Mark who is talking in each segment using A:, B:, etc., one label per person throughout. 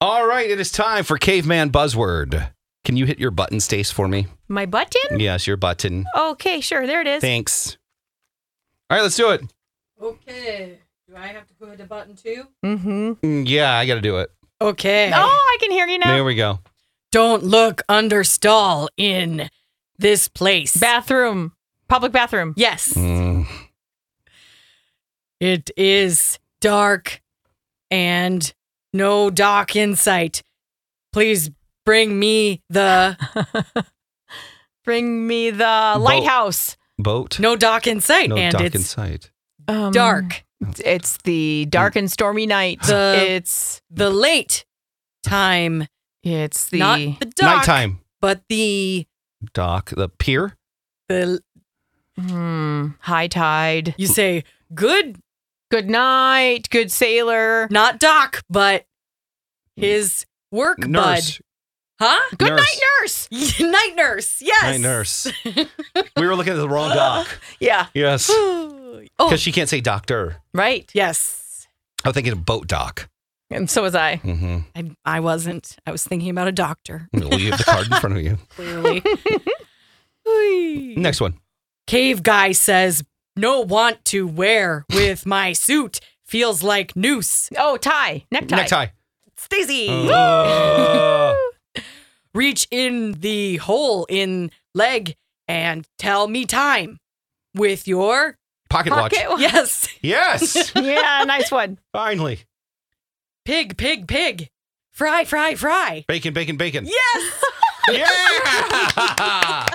A: All right, it is time for caveman buzzword. Can you hit your button, Stace, for me?
B: My button?
A: Yes, your button.
B: Okay, sure. There it is.
A: Thanks. All right, let's do it.
C: Okay. Do I have to go hit the button too?
B: Mm-hmm.
A: Mm, Yeah, I got to do it.
C: Okay.
B: Oh, I can hear you now.
A: There we go.
C: Don't look under stall in this place.
B: Bathroom. Public bathroom.
C: yes.
A: Mm,
C: It is dark and no dock in sight. Please bring me the
B: Bring me the lighthouse.
A: boat.
C: no dock in sight.
A: no
C: and
A: dock
C: it's
A: in sight.
B: Um,
C: dark.
B: It's the dark and stormy night.
C: The-
B: it's
C: The late time.
B: it's the
C: not the dock,
A: Nighttime
C: but the
A: dock. The pier.
C: the
B: Hmm, high tide.
C: you say good
B: Good night, good sailor.
C: not dock, but his work
A: Nurse.
C: bud. Huh?
B: Good
A: Nurse.
B: night, nurse.
C: night nurse. Yes.
A: Night nurse. we were looking at the wrong dock.
B: Yeah.
A: Yes.
C: oh,
A: Because she can't say doctor.
B: Right.
C: yes.
A: I'm thinking of boat dock.
B: And so was I.
A: Mm-hmm.
C: I, I wasn't. I was thinking about a doctor.
A: You have the card in front of you.
C: Clearly.
A: Next one.
C: Cave guy says, "No want to wear with my suit. Feels like noose.
B: Oh, tie. Necktie.
A: Necktie.
B: Stacy.
C: Oh.
A: Uh,
C: Reach in the hole in leg and tell me time with your
A: pocket watch.
B: Pocket watch.
C: yes."
A: Yes.
B: yeah, nice one.
A: Finally.
C: Pig, pig, pig. Fry, fry, fry.
A: Bacon, bacon, bacon.
C: Yes.
A: Yeah.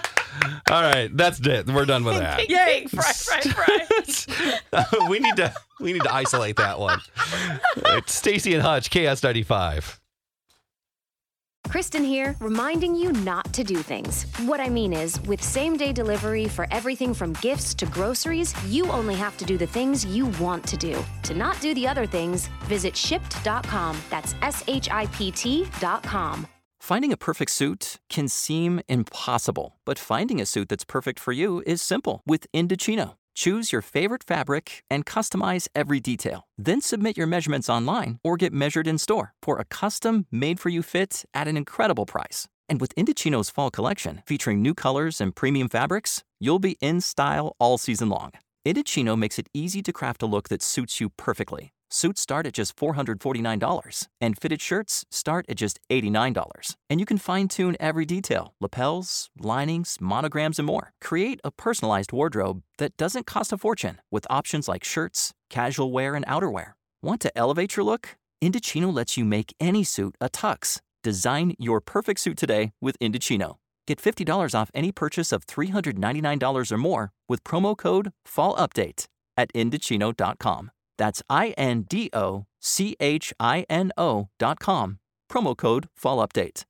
A: All right, that's it. We're done with that.
C: Yay.
B: Fry, fry, fry.
A: we need to we need to isolate that one. It's Stacy and Hutch, KS ninety five.
D: Kristen here, reminding you not to do things. What I mean is, with same day delivery for everything from gifts to groceries, you only have to do the things you want to do. To not do the other things, visit shipped.com. That's S H I P T.com.
E: Finding a perfect suit can seem impossible, but finding a suit that's perfect for you is simple with Indochino. Choose your favorite fabric and customize every detail. Then submit your measurements online or get measured in store for a custom made for you fit at an incredible price. And with Indochino's fall collection featuring new colors and premium fabrics, you'll be in style all season long. Indochino makes it easy to craft a look that suits you perfectly. Suits start at just $449, and fitted shirts start at just $89. And you can fine tune every detail lapels, linings, monograms, and more. Create a personalized wardrobe that doesn't cost a fortune with options like shirts, casual wear, and outerwear. Want to elevate your look? Indochino lets you make any suit a tux. Design your perfect suit today with Indochino. Get $50 off any purchase of $399 or more with promo code FALLUPDATE at Indochino.com. That's I N D O C H I N O.com. Promo code FALLUPDATE.